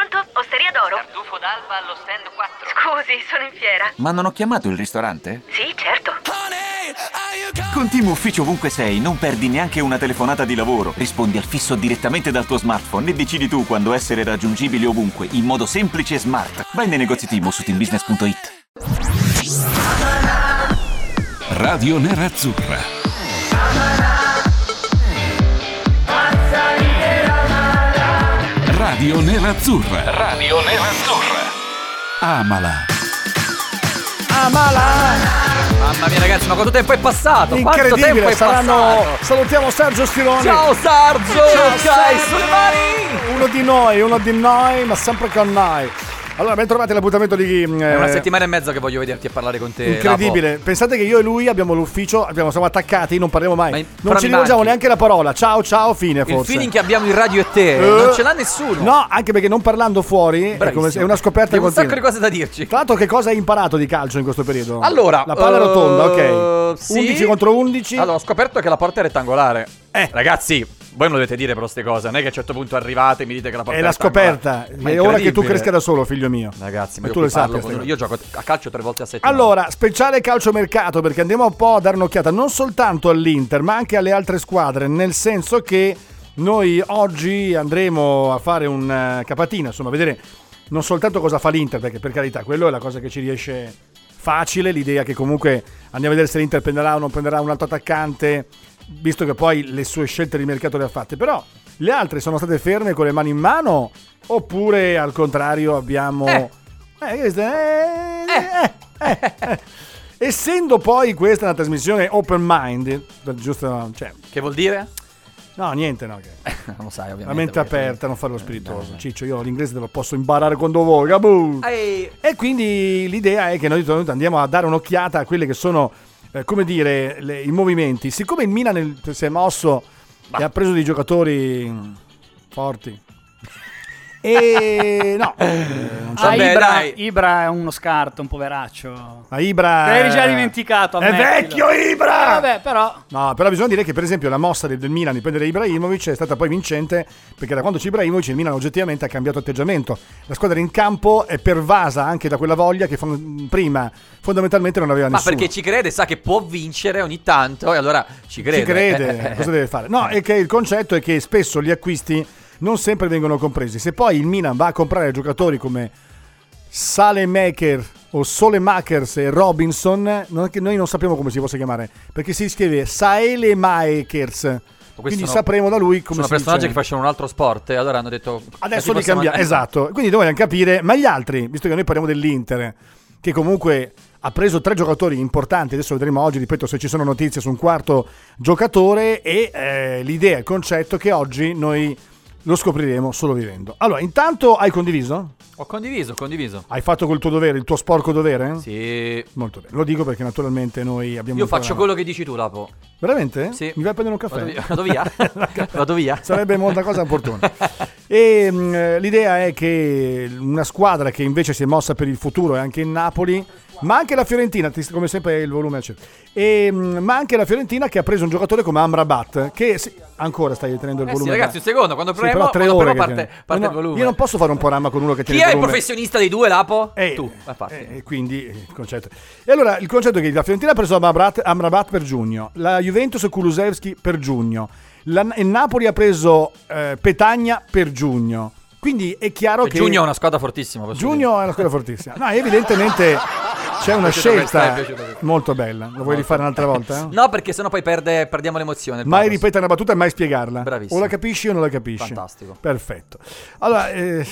Osteria d'Oro. Tartufo d'alba allo stand 4. Scusi, sono in fiera. Ma non ho chiamato il ristorante? Sì, certo. Con Team Ufficio ovunque sei non perdi neanche una telefonata di lavoro. Rispondi al fisso direttamente dal tuo smartphone e decidi tu quando essere raggiungibile ovunque, in modo semplice e smart. Vai nei negozi Team o su teambusiness.it. Radio Nerazzurra. Radio Nerazzurra. Radio Nerazzurra. Amala. Amala! Mamma mia ragazzi, ma quanto tempo è passato? Quanto tempo Incredibile, è saranno... passato? Salutiamo Sergio Stiloni. Ciao Sarzo! Ciao sulle mani! Uno di noi, uno di noi, ma sempre con noi. Allora, ben trovati l'appuntamento di... È eh, una settimana e mezza che voglio vederti e parlare con te. Incredibile, pensate che io e lui abbiamo l'ufficio, abbiamo, siamo attaccati, non parliamo mai. Ma in- non però ci mi rivolgiamo manchi. neanche la parola. Ciao, ciao, fine Lapo. Il forse. feeling che abbiamo in radio e te, Eh. non ce l'ha nessuno. No, anche perché non parlando fuori è, Bravissimo. come se- è una scoperta Abbiamo un continua. sacco di cose da dirci. Tra l'altro, che cosa hai imparato di calcio in questo periodo? Allora, la palla eh, rotonda, ok. sì. 11 contro 11. Allora, ho scoperto che la porta è rettangolare. Eh. Ragazzi, voi me lo dovete dire per queste cose, non è che a un certo punto arrivate e mi dite che la porta è è la rettangolare. scoperta. Ma È ora che tu incredibile. cresca da solo, figlio mio. Ragazzi, ma E io, tu qui lo parlo sappia, con- sta cosa. io gioco a calcio tre volte a settimana. Allora, speciale calcio mercato perché andiamo un po' a dare un'occhiata non soltanto all'Inter ma anche alle altre squadre, nel senso che noi oggi andremo a fare un eh, capatina, insomma, a vedere non soltanto cosa fa l'Inter, perché per carità, quello è la cosa che ci riesce facile, l'idea che comunque andiamo a vedere se l'Inter prenderà o non prenderà un altro attaccante, visto che poi le sue scelte di mercato le ha fatte, però le altre sono state ferme con le mani in mano oppure al contrario abbiamo... Eh. Eh, questo- eh, eh, eh, eh. Essendo poi questa una trasmissione open mind, giusto, cioè, Che vuol dire? no, niente, no, che- Non lo sai, la ovviamente. mente perché- aperta, non farlo spiritoso. Ciccio, io l'inglese te lo posso imparare quando vuoi. kaboo! Ehi, E quindi l'idea è che noi andiamo a dare un'occhiata a quelle che sono, eh, come dire, le- i movimenti. Siccome il Milan è- si è mosso e ha preso dei giocatori mm, forti. E no, non Ah, Ah, beh, Ibra, dai. Ibra è uno scarto, un poveraccio. ma Ibra L'hai già dimenticato, È ammettilo. Eh, vecchio Ibra! Ah, Vabbè, però No, però bisogna dire che per esempio la mossa del, del Milan di prendere Ibrahimovic è stata poi vincente perché da quando c'è Ibrahimovic il Milan oggettivamente ha cambiato atteggiamento. La squadra in campo è pervasa anche da quella voglia che fon- prima fondamentalmente non aveva ma nessuno. perché ci crede, sa che può vincere ogni tanto e allora ci crede. Eh, Ci crede, cosa deve fare? No, è che il concetto è che spesso gli acquisti non sempre vengono compresi. Se poi il Milan va a comprare giocatori come Salemaker o Solemakers e Robinson, non- che noi non sappiamo come si possa chiamare, perché si scrive Saelemakers. Quindi sono- sapremo da lui come Sono si personaggi dice. che facevano un altro sport e allora hanno detto... Adesso li li cambia, esatto. Quindi dobbiamo capire, ma gli altri, visto che noi parliamo dell'Inter, che comunque ha preso tre giocatori importanti, adesso vedremo oggi, ripeto, se ci sono notizie su un quarto giocatore e eh, l'idea, il concetto che oggi noi lo scopriremo solo vivendo. Allora, intanto hai condiviso? Ho condiviso, ho condiviso. Hai fatto col tuo dovere, il tuo sporco dovere? Sì. Molto bene. Lo dico perché naturalmente noi abbiamo... Io ancora- faccio quello che dici tu, Lapo. Veramente? Sì. Mi vai a prendere un caffè? Vado via. Vado via. Vado via. Sarebbe molta cosa opportuna. E mh, l'idea è che una squadra che invece si è mossa per il futuro è anche il Napoli, ma anche la Fiorentina, ti- come sempre il volume è acceso. E, mh, ma anche la Fiorentina che ha preso un giocatore come Amrabat, che sì, ancora stai tenendo il Eh sì, volume. ragazzi, un secondo, quando Sì, premo- però tre quando ore premo che parte- tiene. parte No, il volume. Io non posso fare un programma con uno che Chi tiene è il il volume. professionista dei due, Lapo? Eh, tu. Infatti. eh, quindi eh, il concetto. E allora il concetto è che la Fiorentina ha preso Amrabat, Amrabat per giugno, la Juventus e Kulusevski per giugno, la- il Napoli ha preso eh, Petagna per giugno. Quindi è chiaro Cioè, che Giugno è una squadra fortissima. posso dire. Giugno è una squadra fortissima. No, evidentemente c'è una piaciuta questa, scelta mi è piaciuta questa. molto bella. Lo vuoi rifare un'altra volta? eh? No, perché sennò poi perde, perdiamo l'emozione. il Mai pathos. ripetere una battuta e mai spiegarla. Bravissimo. O la capisci o non la capisci. Fantastico. Perfetto. Allora, eh,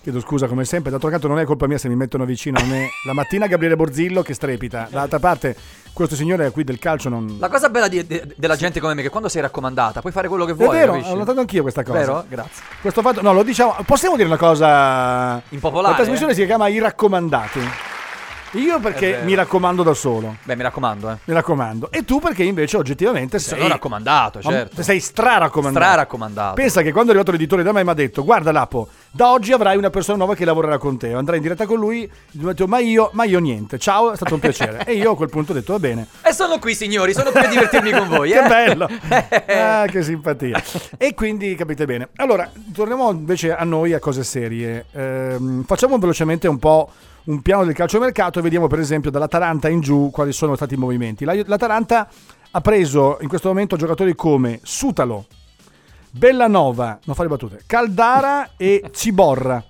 chiedo scusa come sempre. D'altro canto non è colpa mia se mi mettono vicino a me la mattina Gabriele Borzillo che strepita. D'altra parte, questo signore qui del calcio non... La cosa bella di- de- della gente come me è che quando sei raccomandata puoi fare quello che è vuoi. vero, capisci? ho notato anch'io questa cosa. Vero? Grazie. Questo fatto, no, lo diciamo. Possiamo dire una cosa Impopolare, La trasmissione si chiama I raccomandati. Io eh? È perché vero. mi raccomando da solo. Beh, mi raccomando, eh. Mi raccomando. E tu perché invece oggettivamente sei. Sono raccomandato, Ma- certo. Sei stra raccomandato. Stra raccomandato. Pensa che quando è arrivato l'editore da me mi ha detto: Guarda, Lapo, Da oggi avrai una persona nuova che lavorerà con te. Andrai in diretta con lui, gli ho detto, ma io, ma io niente. Ciao, è stato un piacere. e io a quel punto ho detto, va bene. E sono qui, signori, sono qui a divertirmi con voi. che eh. bello! ah, che simpatia. E quindi capite bene. Allora, torniamo invece a noi, a cose serie. Ehm, facciamo velocemente un po' un piano del calciomercato e vediamo per esempio dall'Atalanta in giù quali sono stati i movimenti. La- L'Atalanta ha preso in questo momento giocatori come Sutalo, Bellanova, non fare battute, Caldara e Ciborra,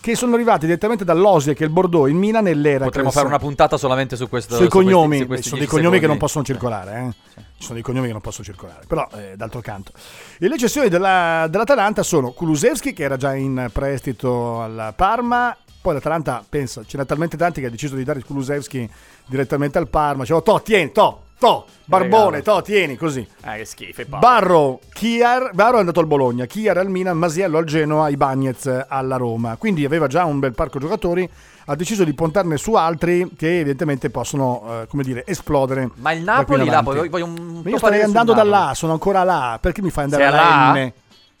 che sono arrivati direttamente dall'Osia, che è il Bordeaux, in Milan e l'Era. Potremmo fare una puntata solamente su questo. sui su questi- cognomi, su questi ci sono dei dieci cognomi che non secondi. possono circolare, eh. ci sono dei cognomi che non possono circolare, però eh, d'altro canto. E le cessioni della- dell'Atalanta sono Kulusevski che era già in prestito alla Parma, poi l'Atalanta pensa, ce n'è talmente tanti che ha deciso di dare Kulusevski direttamente al Parma, diceva to, tieni, to, to, barbone, to, tieni, così. Eh, Ah, che schifo. e palle. Barro, Chiar, Barro è andato al Bologna, Chiar al Milan, Masiello al Genoa, Ibagnez alla Roma. Quindi aveva già un bel parco giocatori, ha deciso di puntarne su altri che evidentemente possono, eh, come dire, esplodere. Ma il da qui Napoli, in là, avanti. voglio, voglio un. Ma io starei andando da là, sono ancora là, perché mi fai andare Sei alla alla N?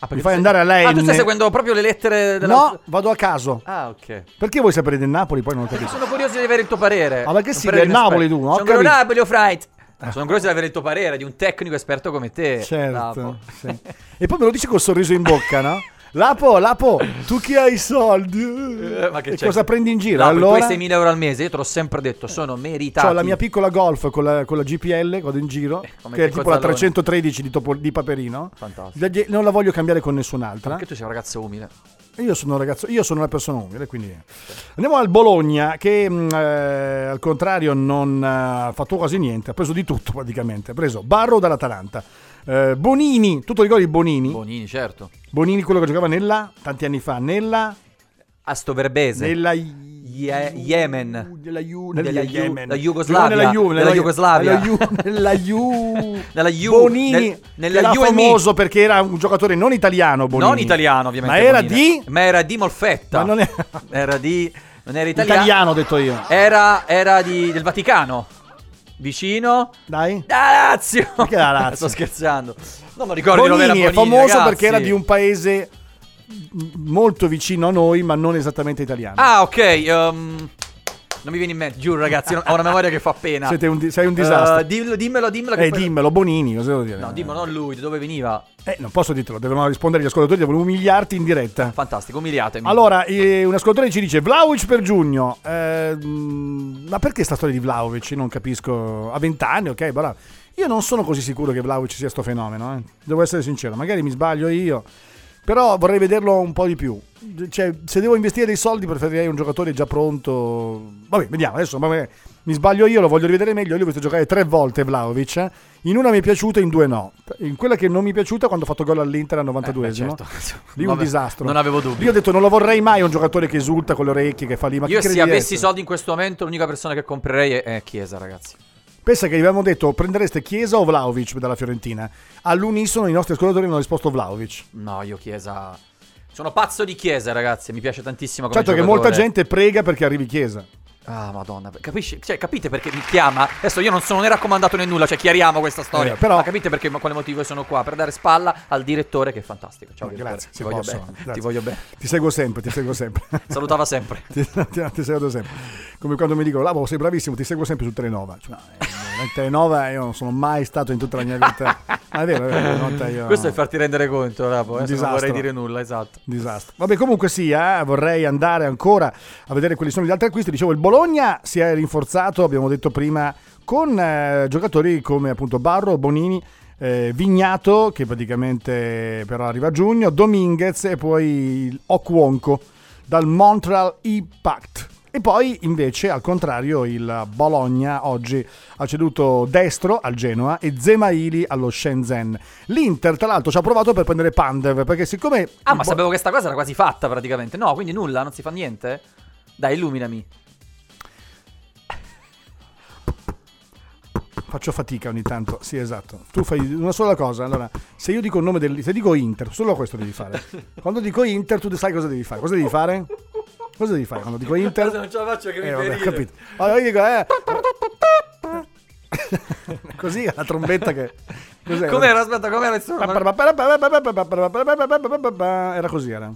Ah, perché mi tu fai sei- andare alla Ah, tu N? stai seguendo proprio le lettere della. No, vado a caso. Ah, ok. Perché voi sapere del Napoli? Poi non lo capisco. Sono curioso di avere il tuo parere. Ah, ma che Un sì, parere del inesperto. Napoli tu, no? Ho Sono quello capito. Napoli o Fright. Sono curioso di avere il tuo parere di un tecnico esperto come te. Certo. Eh, Lapo. sì. E poi me lo dici col sorriso in bocca, no? Lapo, Lapo, tu chi hai i soldi? Eh, Ma che Eh, e c'è? cosa prendi in giro? Lapo, allora, i tuoi 6.000 euro al mese, io te l'ho sempre detto, sono meritati. ho la mia piccola golf con la, con la GPL, vado in giro, Eh, come che è Checco tipo la Zalone. 313 di, Topo- di Paperino. Fantastico. Da- Non la voglio cambiare con nessun'altra. Perché tu sei un ragazzo umile. Io sono un ragazzo, io sono una persona umile, quindi andiamo al Bologna che mh, eh, al contrario non eh, ha fatto quasi niente, ha preso di tutto praticamente, ha preso Barro dall'Atalanta, eh, Bonini, tutto ricordi Bonini? Bonini, certo. Bonini quello che giocava nella tanti anni fa, nella Asto Verbese. nella Ye- Yemen. della Ju- Della nella Ju- Yemen. la Jugoslavia. Nella Ju- Della Jugoslavia. Nella Ju, nella Ju- Nella Ju- Bonini nel- nella che era Ju e me. famoso perché era un giocatore non italiano Bonini. Non italiano, ovviamente. Ma era Bonini. Eh, di Ma era di Molfetta. Ma non è- Era di... Non era italiano. italiano ho detto io. Eh, Era, era di, del Vaticano. Vicino... Dai. Da Lazio! Perché la Lazio? Sto scherzando. No, non ricordo Bonini, dove era è Bonini, famoso ragazzi. perché era di un paese m- molto vicino a noi, ma non esattamente italiano. Ah, ok. ehm, non mi viene in mente, giuro ragazzi, non- ho una memoria che fa pena. Siete un di- sei un Eh, disastro. dillo- dimmelo, dimmelo. che eh, poi- dimmelo, Bonini, cosa devo dire? No, dimmo non lui, da dove veniva. Eh, non posso dirtelo, devono rispondere gli ascoltatori, devono umiliarti in diretta. Fantastico, umiliatemi. Allora, eh, un ascoltatore ci dice Vlaovic per giugno. Eh, mm, ma perché sta storia di Vlaovic? Io non capisco. A 20 anni, ok, bravo. Io non sono così sicuro che Vlaovic sia sto fenomeno, eh. devo essere sincero, magari mi sbaglio io, però vorrei vederlo un po' di più. Cioè, se devo investire dei soldi preferirei un giocatore già pronto. Vabbè, vediamo, adesso vabbè, mi sbaglio io, lo voglio rivedere meglio, io ho visto giocare tre volte Vlaovic, eh. in una mi è piaciuto, in due no. In quella che non mi è piaciuta quando ho fatto gol all'Inter al 92esimo. certo. Lì un Vabbè, disastro. non avevo dubbi. Io ho detto non lo vorrei mai un giocatore che esulta con le orecchie, che fa lì, ma chi Io credi se di avessi essere? soldi in questo momento l'unica persona che comprerei è, è Chiesa, ragazzi. Pensa che gli avevamo detto prendereste Chiesa o Vlaovic dalla Fiorentina. All'unisono i nostri ascoltatori hanno risposto Vlaovic. No, io Chiesa... Sono pazzo di Chiesa, ragazzi, mi piace tantissimo come Certo che giocatore. molta gente prega perché arrivi Chiesa. Ah, madonna, capisci? Cioè, capite perché mi chiama? Adesso io non sono né raccomandato né nulla, cioè chiariamo questa storia. Eh, però- Ma capite perché, ma quale motivo io sono qua? Per dare spalla al direttore che è fantastico. Ciao, direttore, Oh, Grazie, ti se voglio posso. bene. Grazie. Ti voglio bene. Ti seguo sempre, ti seguo sempre. Salutava sempre. ti, ti- ti seguo sempre. Come quando mi dicono, Lavo, sei bravissimo, ti seguo sempre su Telenova. Cioè, no, eh, in Telenova io non sono mai stato in tutta la mia vita. Ma è vero, è vero, Eh, una volta io... Questo è farti rendere conto, Rapo. Un Adesso non disastro. vorrei dire nulla, esatto. Disastro. Vabbè, comunque sia, vorrei andare ancora a vedere quali sono gli altri acquisti. Dicevo, il Bologna si è rinforzato, abbiamo detto prima, con eh, giocatori come appunto Barro, Bonini, eh, Vignato, che praticamente però arriva a giugno, Dominguez e poi Okwonko dal Montreal Impact. E poi invece al contrario il Bologna oggi ha ceduto destro al Genoa e Zemaili allo Shenzhen. L'Inter tra l'altro ci ha provato per prendere Pandev perché siccome... Ah, il ma Bo- sapevo che sta cosa era quasi fatta praticamente. No, quindi nulla, non si fa niente. Dai, illuminami. Faccio fatica ogni tanto, sì esatto. Tu fai una sola cosa, allora, se io dico il nome del... se dico Inter, solo questo devi fare. Quando dico Inter tu sai cosa devi fare, cosa devi fare? Cosa devi fare quando dico Inter? Cosa non ce la faccio che mi Eh, fai vabbè, ridere? capito. Allora io dico, eh... Così la trombetta che... Cos'era? Com'era? Aspetta, com'era il suono? Era così, era.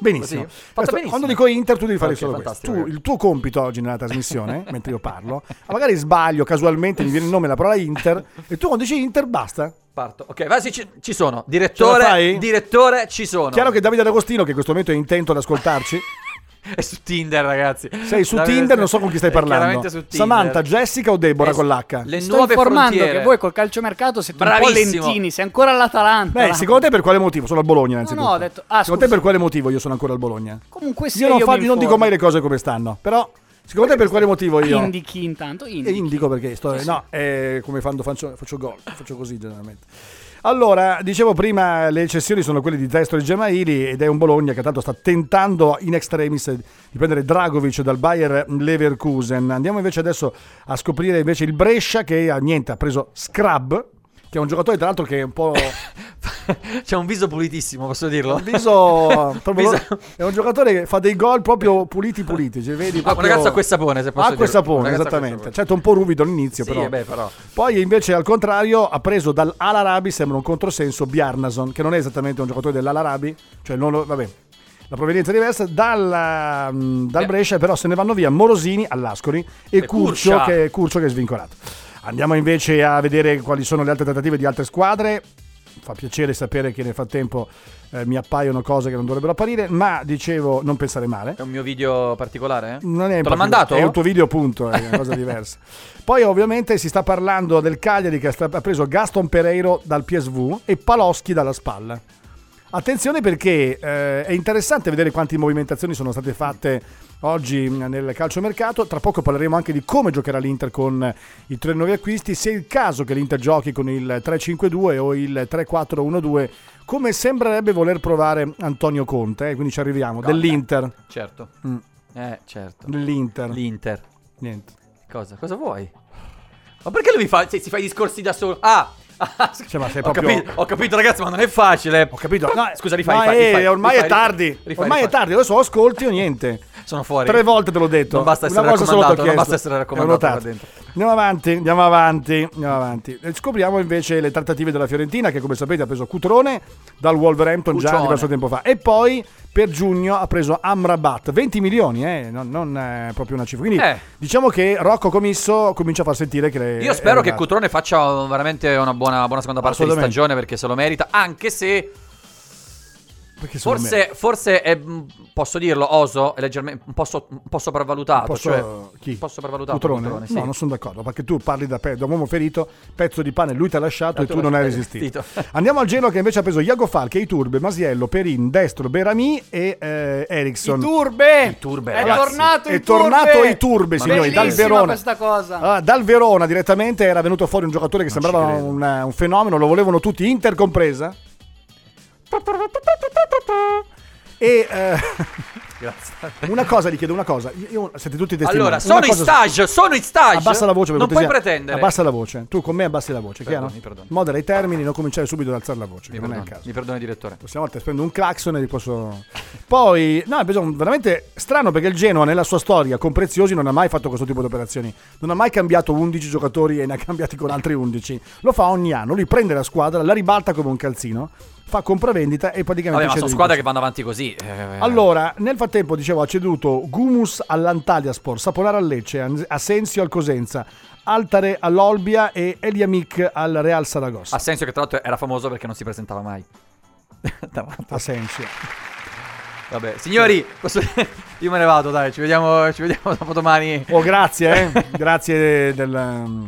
Benissimo. Così? Fatto Questo- benissimo. Quando dico Inter, tu devi fare Ok, solo questo. fantastico, Tu- ragazzi. il tuo compito oggi nella trasmissione, mentre io parlo, ah, magari sbaglio casualmente, mi viene il nome la parola Inter, e tu quando dici Inter basta. Parto. Ok, vai, sì, ci, ci sono. Ce la Direttore, fai? direttore, ci sono. Chiaro che Davide D'Agostino, che in questo momento è intento ad ascoltarci, eh, È su Tinder, ragazzi. sei su Davide- Tinder, non so con chi stai è parlando. chiaramente su Tinder. Samantha, Jessica o Deborah Eh, con l'H? Le Sto nuove informando frontiere. che voi col calciomercato siete un Bravissimo. po' lentini, sei ancora all'Atalanta. Beh, secondo te per quale motivo? Sono al Bologna, No, innanzitutto. no, ho detto- ah, secondo te scusa. per quale motivo io sono ancora al Bologna? Comunque se Io, non, fa- mi non dico informo. mai le cose come stanno, però secondo te per quale motivo io... Indichi intanto, E indichi. indico perché sto, no, è come quando faccio, faccio gol, faccio così generalmente. Allora, dicevo prima, le cessioni sono quelle di Destro e Gemaili ed è un Bologna che tanto sta tentando in extremis di prendere Dragovic dal Bayer Leverkusen. Andiamo invece adesso a scoprire invece il Brescia che ah, niente, ha preso Scrub, che è un giocatore tra l'altro che è un po'... C'è un viso pulitissimo, posso dirlo? un viso, proprio- Viso- È un giocatore che fa dei gol proprio puliti puliti, cioè, vedi, Ah, un proprio- ragazzo acqua e sapone, se posso Acqua dirlo. e Un sapone, ragazzo acqua e esattamente. sapone. Certo, un po' ruvido all'inizio, Sì, eh però. beh, però. Poi invece al contrario ha preso dall'Alarabi, sembra un controsenso, Bjarnason, che non è esattamente un giocatore dell'Alarabi, cioè non lo- vabbè, la provenienza è diversa, dal, mh, dal Beh. Brescia però se ne vanno via Morosini all'Ascoli e, Eh. E Curcio. Curcio che, Curcio che è svincolato. Andiamo invece a vedere quali sono le altre trattative di altre squadre. Fa piacere sapere che nel frattempo eh, mi appaiono cose che non dovrebbero apparire, ma dicevo non pensare male. È un mio video particolare? eh? Non Te è l'ho proprio- mandato? È un tuo video, punto. È una cosa diversa. Poi, ovviamente, si sta parlando del Cagliari che ha sta- ha preso Gaston Pereiro dal PSV e Paloschi dalla spalla. Attenzione perché eh, è interessante vedere quante movimentazioni sono state fatte oggi mh, nel calciomercato. Tra poco parleremo anche di come giocherà l'Inter con eh, i tre nuovi acquisti. Se è il caso che l'Inter giochi con il 3-5-2 o il 3-4-1-2, come sembrerebbe voler provare Antonio Conte. eh, quindi ci arriviamo. Conte. Dell'Inter. Certo. Mm. Eh, certo. Dell'Inter. L'Inter. Niente. Cosa? Cosa vuoi? Ma perché lui fa, si, si fa i discorsi da solo? Ah! Cioè, ma sei ho, proprio- capito, ho capito, ragazzi, ma non è facile. Ho capito. No, No, Scusa, rifai, ma rifai, eh, rifai, ormai rifai, è tardi. rifai, rifai, ormai è rifai. tardi, adesso o ascolti o niente. Sono fuori. Tre volte te l'ho detto. Non basta essere Una volta solo raccomandato, t'ho non chiesto. basta essere L'ho raccomandato notato. qua dentro. Andiamo avanti, andiamo avanti, andiamo avanti. E scopriamo invece le trattative della Fiorentina che come sapete ha preso Cutrone dal Wolverhampton già Cucione. diverso tempo fa e poi per giugno ha preso Amrabat, 20 milioni, eh, non, non, eh, proprio una cifra. Quindi Eh. diciamo che Rocco Comisso comincia a far sentire che le- Io spero Eh, è che arrivato. Cutrone faccia veramente una buona, buona seconda parte di Assolutamente. stagione perché se lo merita, anche se Perché secondo me- forse, forse è, mh, posso dirlo, oso, è leggermente un po', so- un po' sopravvalutato. Posso, cioè, chi? un po' sopravvalutato. Cutrone? Cutrone, sì. No, non sono d'accordo, perché tu parli da, pe- da uomo ferito, pezzo di pane, lui ti ha lasciato Ah, e tu tu non hai hai resistito. resistito. Andiamo al Genoa che invece ha preso Iago Falche, Iturbe, Masiello, Perin, Destro, Berami e eh, Ericsson. Iturbe! Iturbe, È ragazzi. tornato È Iturbe! tornato Iturbe, Ma signori, dal bellissima Verona. questa cosa. Ah, dal Verona direttamente era venuto fuori un giocatore che sembrava ci credo. un, un fenomeno, lo volevano tutti, Inter compresa. E eh, Grazie. una cosa, gli chiedo una cosa. Io- siete tutti testimoni. Allora, Una sono in cosa- stage, sono in stage. Abbassa la voce, per Non puoi cortesia. pretendere. Abbassa la voce. Tu con me abbassi la voce, Perdoni, chiaro? perdoni. Modera i termini, non cominciare subito ad alzare la voce, Mi che non è il perdoni, caso. Eh, mi perdoni, direttore. Questa volta prendo un clacson e li posso. Poi, no, è preso un- veramente strano perché il Genoa, nella sua storia con Preziosi, non ha mai fatto questo tipo di operazioni. Non ha mai cambiato 11 giocatori e ne ha cambiati con altri 11. Lo fa ogni anno. Lui prende la squadra, la ribalta come un calzino, fa compravendita e Vabbè, praticamente. ma cede sono di squadre questo. che vanno avanti così. eh. Allora, nel frattempo, dicevo, ha ceduto Gumus all'Antaliaspor, Saponara al Lecce, An- Asensio al Cosenza, Altare all'Olbia e Eliamic al Real Saragossa. Ha senso che tra l'altro era famoso perché non si presentava mai. Tra l'altro. Asensio. Vabbè, signori, posso- io me ne vado, dai, ci vediamo, ci vediamo dopo domani. Oh, grazie, eh. grazie del... um,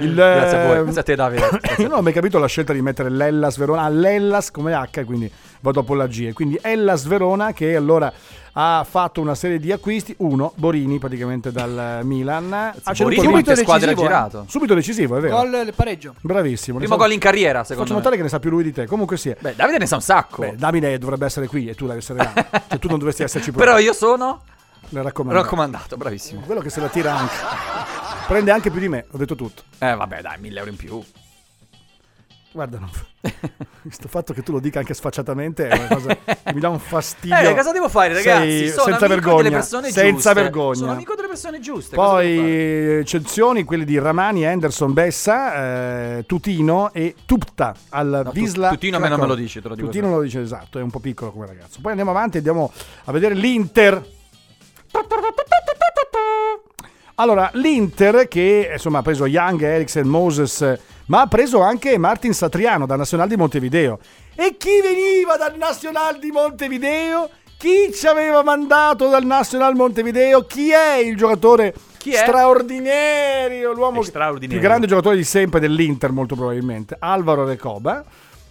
il, Grazie a voi, eh, grazie a te Davide. Grazie Io a non ho mai capito la scelta di mettere l'Ellas Verona all'Ellas come H, quindi va dopo la G. Quindi Ellas Verona che allora ha fatto una serie di acquisti, uno, Borini praticamente dal Milan, ha te. ceduto Borini, subito, quante squadre ha decisivo, eh. girato? subito decisivo, è vero. Gol del pareggio. Bravissimo. Primo ne sa- gol in carriera, Faccio secondo me. notare che ne sa più lui di te. Comunque sì. Beh, boh. Davide ne sa un sacco. Beh, Davide dovrebbe essere qui e tu devi essere là. cioè, tu non dovresti esserci proprio. Però io sono Le raccomando. raccomandato, bravissimo. Quello che se la tira anche. Prende anche più di me, ho detto tutto. Eh vabbè, dai, 1000 euro in più. Guarda, non... questo fatto che tu lo dica anche sfacciatamente è una cosa che mi dà un fastidio. Eh, cosa devo fare, ragazzi? Sei- Sono senza amico vergogna. delle persone senza giuste. vergogna. Sono amico delle persone giuste. cosa devo fare? Poi eccezioni, quelli di Ramani, Anderson, Bessa, eh, Tutino e Tupta al No, tu- Visla. Tutino a me non Cracovia. me lo dici, te lo dico Tutino io. lo dice esatto, è un po' piccolo come ragazzo. Poi andiamo avanti, andiamo a vedere l'Inter. Allora, l'Inter che insomma ha preso Young, Eriksen, Moses, eh, ma ha preso anche Martin Satriano da Nazionale di Montevideo. E chi veniva dal Nazionale di Montevideo? Chi ci aveva mandato dal Nazionale Montevideo? Chi è il giocatore Chi è? straordinario? L'uomo che- Straordinario. più grande giocatore di sempre dell'Inter, molto probabilmente. Alvaro Recoba.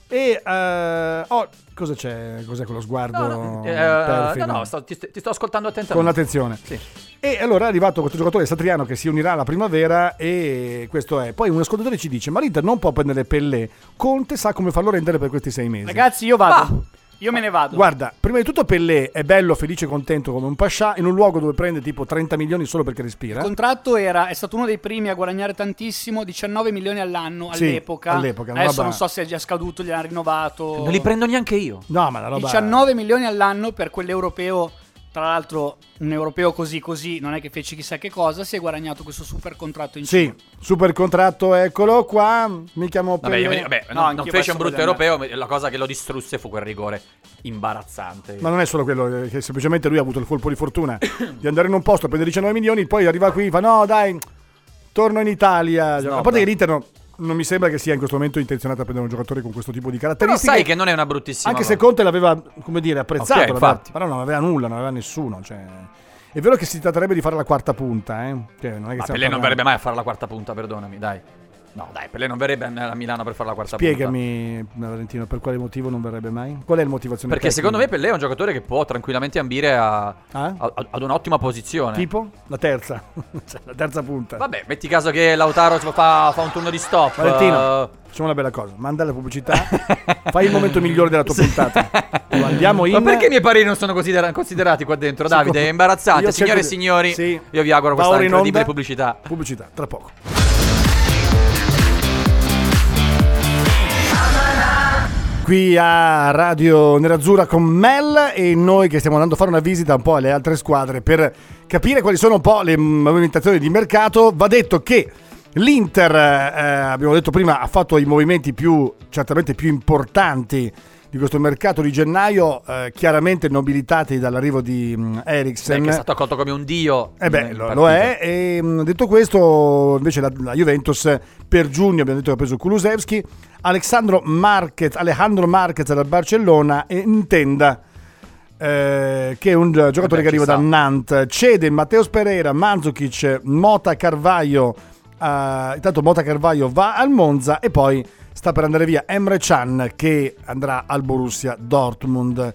E eh, oh, cosa c'è? Cos'è quello sguardo? No, no, eh, perfido? no, no, sto- ti, ti sto ascoltando attentamente. con attenzione. Sì. E allora è arrivato questo giocatore satriano che si unirà alla primavera e questo è. Poi un ascoltatore ci dice, ma l'Inter non può prendere Pellè, Conte sa come farlo rendere per questi sei mesi. Ragazzi, io vado. Io me ne vado. Guarda, prima di tutto Pellè è bello, felice e contento come un pascià in un luogo dove prende tipo 30 milioni solo perché respira. Il contratto era, è stato uno dei primi a guadagnare tantissimo, 19 milioni all'anno Sì, all'epoca. all'epoca, una Adesso roba- non so se è già scaduto, gli hanno rinnovato. Non li prendo neanche io. No, ma la roba 19 milioni all'anno per quell'europeo. Tra l'altro, un europeo così così non è che fece chissà che cosa. Si è guadagnato questo super contratto in Sì, cima. super contratto, eccolo qua. Mi chiamo Vabbè, Pellè. io, vabbè, No, non- non anch'io fece un penso brutto voglia andare. europeo, ma la cosa che lo distrusse fu quel rigore imbarazzante. Ma non è solo quello, eh, che semplicemente lui ha avuto il colpo di fortuna di andare in un posto a prendere 19 milioni, poi arriva qui fa no dai, torno in Italia. Snob. A parte che l'Inter no- non mi sembra che sia in questo momento intenzionato a prendere un giocatore con questo tipo di Però caratteristiche. sai che non è una bruttissima Anche se cosa. Conte l'aveva, come dire, apprezzato, Ok, l'aveva- infatti. però non aveva nulla, non aveva nessuno. cioè. È vero che si tratterebbe di fare la quarta punta, eh? Cioè, non è che Ma stiamo Pelé non parlando- verrebbe mai a fare la quarta punta, perdonami, dai. No, dai, Pelé non verrebbe a Milano per fare la quarta punta. Spiegami, Valentino, per quale motivo non verrebbe mai? Qual è la motivazione? Perché tecnica? Ah? secondo me Pelé è un giocatore che può tranquillamente ambire a- a- a- ad un'ottima posizione. Tipo? La terza. Cioè, la terza punta. Vabbè, metti caso che Lautaro ci fa, fa un turno di stop. Valentino, eh, facciamo una bella cosa. Manda la pubblicità. fai il momento migliore della tua puntata. Allora, Andiamo in. Ma perché i miei pareri non sono considera- considerati qua dentro, Davide? È Io imbarazzante. Signore e cerco di- signori, Sì. io vi auguro Da questa ora in incredibile onda, pubblicità. Pubblicità, tra poco. Qui a Radio Nerazzurra con Mel e noi che stiamo andando a fare una visita un po' alle altre squadre per capire quali sono un po' le movimentazioni di mercato. Va detto che l'Inter, eh, abbiamo detto prima, ha fatto i movimenti più, certamente più importanti di questo mercato di gennaio, eh, chiaramente nobilitati dall'arrivo di mm, Beh, Eriksen. che è stato accolto come un dio. Eh beh, in lo, partita. lo è. E, mh, detto questo, invece la, la Juventus per giugno abbiamo detto che ha preso Kulusevski, Alexandro Marquez, Alejandro Marquez dal Barcellona e Ntenda. eh, che è un eh, Vabbè, giocatore che ci arriva da sta. Nantes cede Matteos Pereira, Mandzukic, Mota Carvaio eh, intanto Mota Carvaio va al Monza e poi sta per andare via Emre Can che andrà al Borussia Dortmund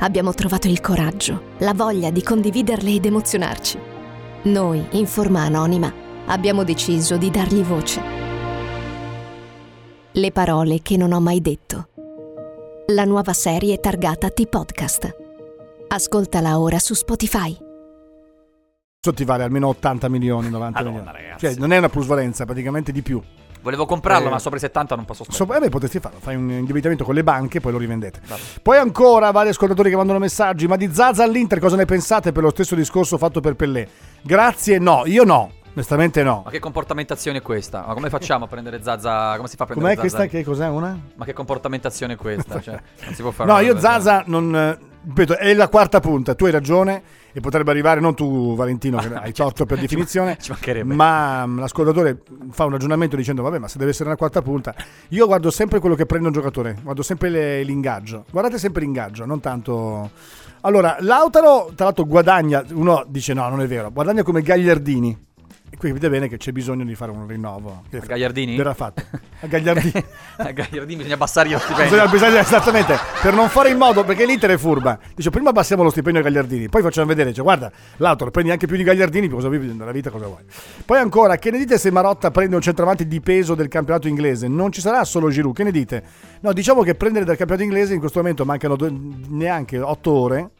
abbiamo trovato il coraggio, la voglia di condividerle ed emozionarci. Noi, in forma anonima, abbiamo deciso di dargli voce. Le parole che non ho mai detto. La nuova serie targata T-Podcast. Ascoltala ora su Spotify. ti vale almeno 80 milioni, 90 Madonna, milioni. ragazzi. Cioè, non è una plusvalenza, praticamente di più. Volevo comprarlo, Eh. ma sopra i 70 non posso spendere. So, eh beh, potresti farlo, fai un indebitamento con le banche e poi lo rivendete. Poi ancora vari ascoltatori che mandano messaggi, ma di Zaza all'Inter cosa ne pensate per lo stesso discorso fatto per Pellè? Grazie, no, io no, onestamente no. Ma che comportamentazione è questa? Ma come facciamo a prendere Zaza? Come si fa a prendere Com'è Zaza? questa? Che cos'è una? Ma che comportamentazione è questa? Cioè, non si può fare No, una io cosa del Zaza non... eh, Ripeto, è la quarta punta, tu hai ragione e potrebbe arrivare, non tu Valentino che hai torto per definizione, ci mancherebbe. ma mm, l'ascoltatore fa un ragionamento dicendo vabbè ma se deve essere una quarta punta, io guardo sempre quello che prende un giocatore, guardo sempre le- l'ingaggio, guardate sempre l'ingaggio, non tanto... Allora, Lautaro tra l'altro guadagna, uno dice no non è vero, guadagna come Gagliardini, Qui vedete bene che c'è bisogno di fare un rinnovo. Che Gagliardini? Verrà fatto. A Gagliardini. A Eh, Gagliardini bisogna abbassare lo Bisogna, stipendio. bisogna- esattamente per non fare in modo perché l'Inter è furba dice prima abbassiamo lo stipendio a Gagliardini poi facciamo vedere cioè, guarda l'altro non prendi anche più di Gagliardini cosa vivi nella vita cosa vuoi poi ancora che ne dite se Marotta prende un centravanti di peso del campionato inglese non ci sarà solo Giroud che ne dite no diciamo che prendere dal campionato inglese in questo momento mancano due- neanche 8 ore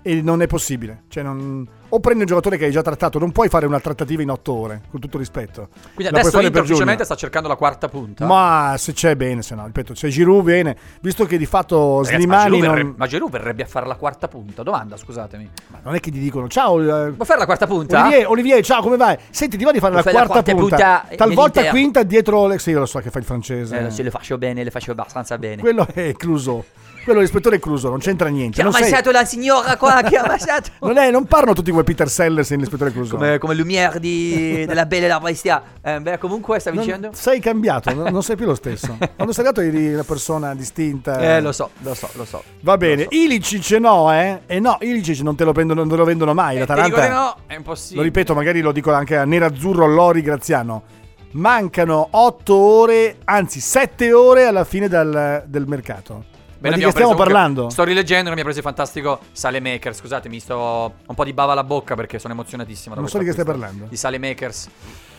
e non è possibile Cioè, non- o prendi un giocatore che hai già trattato non puoi fare una trattativa in 8 ore con tutto rispetto Quindi La puoi adesso fare per l'Inter giugno. ufficialmente sta cercando la quarta punta. Ma se c'è bene, se no, ripeto, se Giroud viene, visto che di fatto Ragazzi, ma Slimani Giroud non, verrebbe- ma Giroud verrebbe a fare la quarta punta? Domanda, scusatemi. ma non è che gli dicono ciao eh, Può fare la quarta punta? Olivier, Olivier, ciao, come vai? Senti, ti va di fare la Fai la quarta quarta, punta, punta talvolta nell'interno. quinta dietro le... Sì, io lo so che fai il francese. Eh, se le faccio bene, le faccio abbastanza bene. Quello è Cluso. Quello è l'ispettore Cluso, non c'entra niente. Chi ha Non, sei- ammazzato la signora qua? Chi ha ammazzato? non è- non parlano tutti come Peter Sellers in l'ispettore Cluso. Come, come Lumière di, della Bella e la Bestia. Eh, beh, comunque, stavi dicendo? Non, sei cambiato, non, non sei più lo stesso. Quando sei arrivato eri una persona distinta. Eh, lo so, lo so, lo so. Va bene, Ilicic no, eh? E no, Ilicic non te lo, prendono, non te lo vendono mai. la Eh, Taranta. Ti dico di no, è impossibile. Lo ripeto, magari lo dico anche a Nerazzurro Lori Graziano. Mancano 8 ore, anzi 7 ore alla fine dal- del mercato. Bene, Ma di abbiamo che stiamo preso- comunque, parlando? Sto rileggendo, mi ha preso il fantastico Sale Maker. Scusate, mi sto un po' di bava alla bocca perché sono emozionatissimo. da Non so questo di che stai acquisto. parlando. Di Sale Makers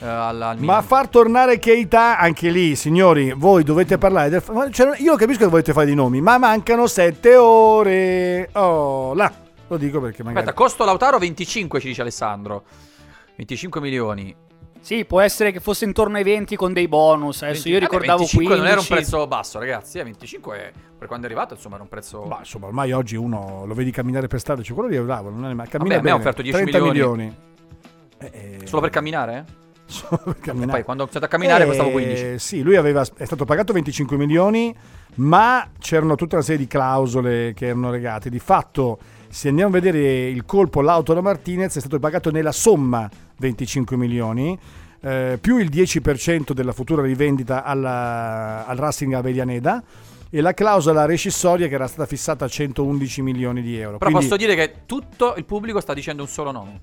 eh, al, al Ma Milan. far tornare Keita, anche lì, signori, voi dovete parlare del... ma cioè, io capisco che volete fare dei nomi, ma mancano 7 ore. Oh, là. Lo dico perché magari... Aspetta, costo Lautaro 25, ci dice Alessandro. 25 milioni. Sì, può essere che fosse intorno ai 20 con dei bonus. Eh, 20 Adesso io vabbè, ricordavo 25 15. eh, non era un prezzo basso, ragazzi. eh, 25 è- per quando è arrivato, insomma, era un prezzo. Ma insomma, ormai oggi uno lo vedi camminare per strada, cioè quello lì è bravo, non è mai cammina Vabbè, a me ha bene. offerto 10 milioni. milioni. Eh, eh, Solo per camminare? eh? solo per E camminare. poi quando ho iniziato a camminare Eh, costavo 15. Sì, lui aveva, è stato pagato 25 milioni, ma c'erano tutta una serie di clausole che erano legate. Di fatto, se andiamo a vedere il colpo l'auto da Martinez, è stato pagato nella somma 25 milioni. eh, più il 10% della futura rivendita alla- al Racing Avellaneda e la clausola rescissoria che era stata fissata a 111 milioni di euro. Però Quindi- posso dire che tutto il pubblico sta dicendo un solo nome.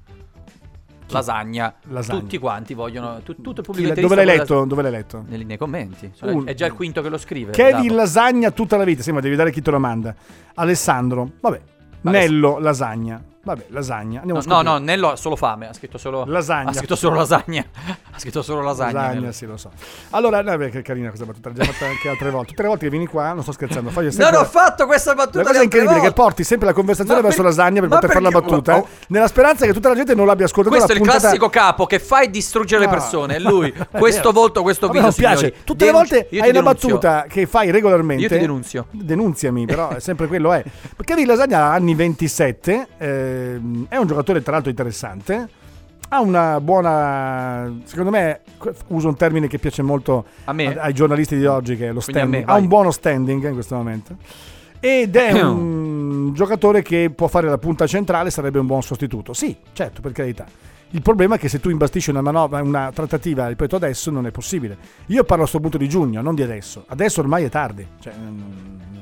Lasagna. Lasagna. Tutti quanti vogliono. tu- tutto il Chi- pubblico dove l'hai interista vuole letto? Dove l'hai letto? Nei, nei commenti. Sono- Un- È già il quinto che lo scrive. esatto. Kevin Dato. Lasagna tutta la vita. Sì, ma devi dare chi te lo manda. Alessandro, vabbè. Ma Nello Lasagna. Vabbè, Lasagna. Andiamo a No, no, scoprire. no, Nello ha solo fame. Ha scritto solo Lasagna. Ha scritto solo lasagna. Ha scritto solo lasagna. Nello. Lasagna, sì, lo so. Allora, no, beh, che carina questa battuta. L'abbiamo fatta anche altre volte. Tutte le volte che vieni qua, non sto scherzando. Fagli Non sempre... ho fatto questa battuta. La cosa le altre incredibile è che volte. porti sempre la conversazione Ma per- verso lasagna per ma poter fare la perché- battuta, eh. oh. nella speranza che tutta la gente non l'abbia ascoltata. Questo è la il puntata- classico capo che fa e distruggere No. le persone. È lui. Ah. È questo vero. volto, questo A me viso. non piace. signori. Tutte le Denun- volte io hai ti una denunzio. battuta che fai regolarmente. Io ti denunzio. Denunziami, però è sempre quello è. Kevin Lasagna ha anni 27, ehm, è un giocatore tra l'altro interessante. Ha una buona, secondo me, que- uso un termine che piace molto A me? ad- ai giornalisti di oggi, che è lo Quindi a me, standing. ha vai. un buono standing in questo momento. Ed è un giocatore che può fare la punta centrale, sarebbe un buon sostituto. Sì, certo, per carità. Il problema è che se tu imbastisci una manovra, una trattativa, ripeto adesso, non è possibile. Io parlo a sto punto di giugno, non di adesso. Adesso ormai è tardi, cioè, mm,